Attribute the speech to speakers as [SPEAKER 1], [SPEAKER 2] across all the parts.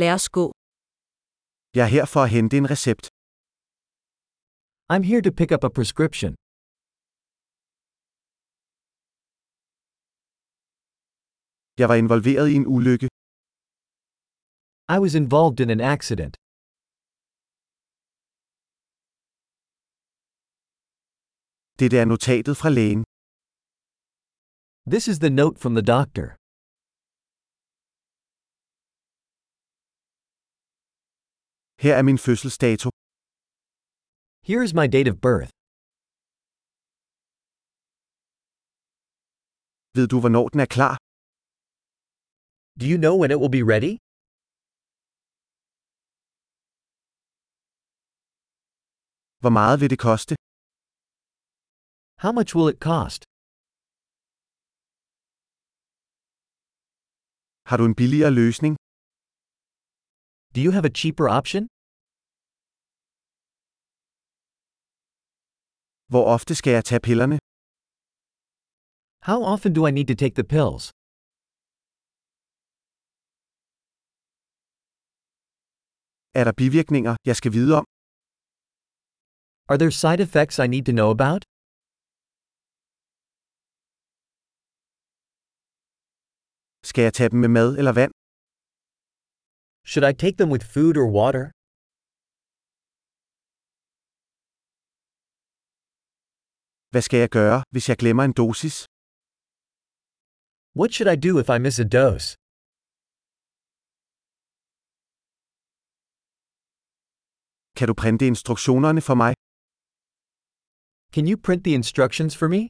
[SPEAKER 1] Lad os gå.
[SPEAKER 2] Jeg er her for at hente en recept.
[SPEAKER 3] I'm here to pick up a prescription.
[SPEAKER 2] Jeg var involveret i en ulykke.
[SPEAKER 3] I was involved in an accident.
[SPEAKER 2] Dette er notatet fra lægen.
[SPEAKER 3] This is the note from the doctor.
[SPEAKER 2] Her er min fødselsdato.
[SPEAKER 3] Here is my date of birth.
[SPEAKER 2] Ved du, hvornår den er klar?
[SPEAKER 3] Do you know when it will be ready?
[SPEAKER 2] Hvor meget vil det koste?
[SPEAKER 3] How much will it cost?
[SPEAKER 2] Har du en billigere løsning?
[SPEAKER 3] Do you have a cheaper option?
[SPEAKER 2] Hvor ofte skal jeg tage pillerne?
[SPEAKER 3] How often do I need to take the pills?
[SPEAKER 2] Er der bivirkninger, jeg skal vide om?
[SPEAKER 3] Are there side effects I need to know about?
[SPEAKER 2] Skal jeg tage dem med mad eller vand?
[SPEAKER 3] Should I take them with food or water?
[SPEAKER 2] Hvad skal jeg gøre, hvis jeg glemmer en dosis?
[SPEAKER 3] What should I do if I miss a dose?
[SPEAKER 2] Kan du printe instruktionerne for mig?
[SPEAKER 3] Can you print the instructions for me?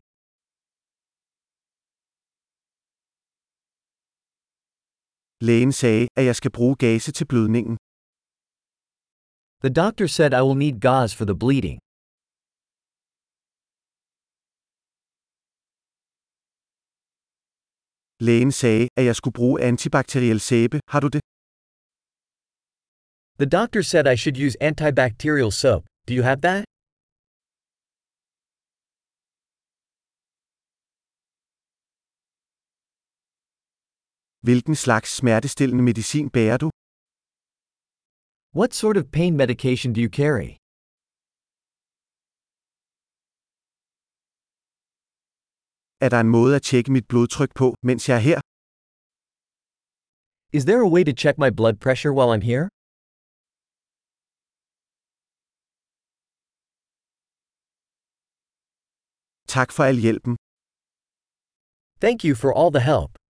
[SPEAKER 2] Lægen sagde, at jeg skal bruge gase til blødningen.
[SPEAKER 3] The doctor said I will need gauze for the bleeding.
[SPEAKER 2] Lægen sagde, at jeg skulle bruge antibakteriel sæbe. Har du det?
[SPEAKER 3] The doctor said I should use antibacterial soap. Do you have that?
[SPEAKER 2] Hvilken slags smertestillende medicin bærer du?
[SPEAKER 3] What sort of pain medication do you carry?
[SPEAKER 2] Er der en måde at tjekke mit blodtryk på, mens jeg er her?
[SPEAKER 3] Is there a way to check my blood pressure while I'm here?
[SPEAKER 2] Tak for al hjælpen.
[SPEAKER 3] Thank you for all the help.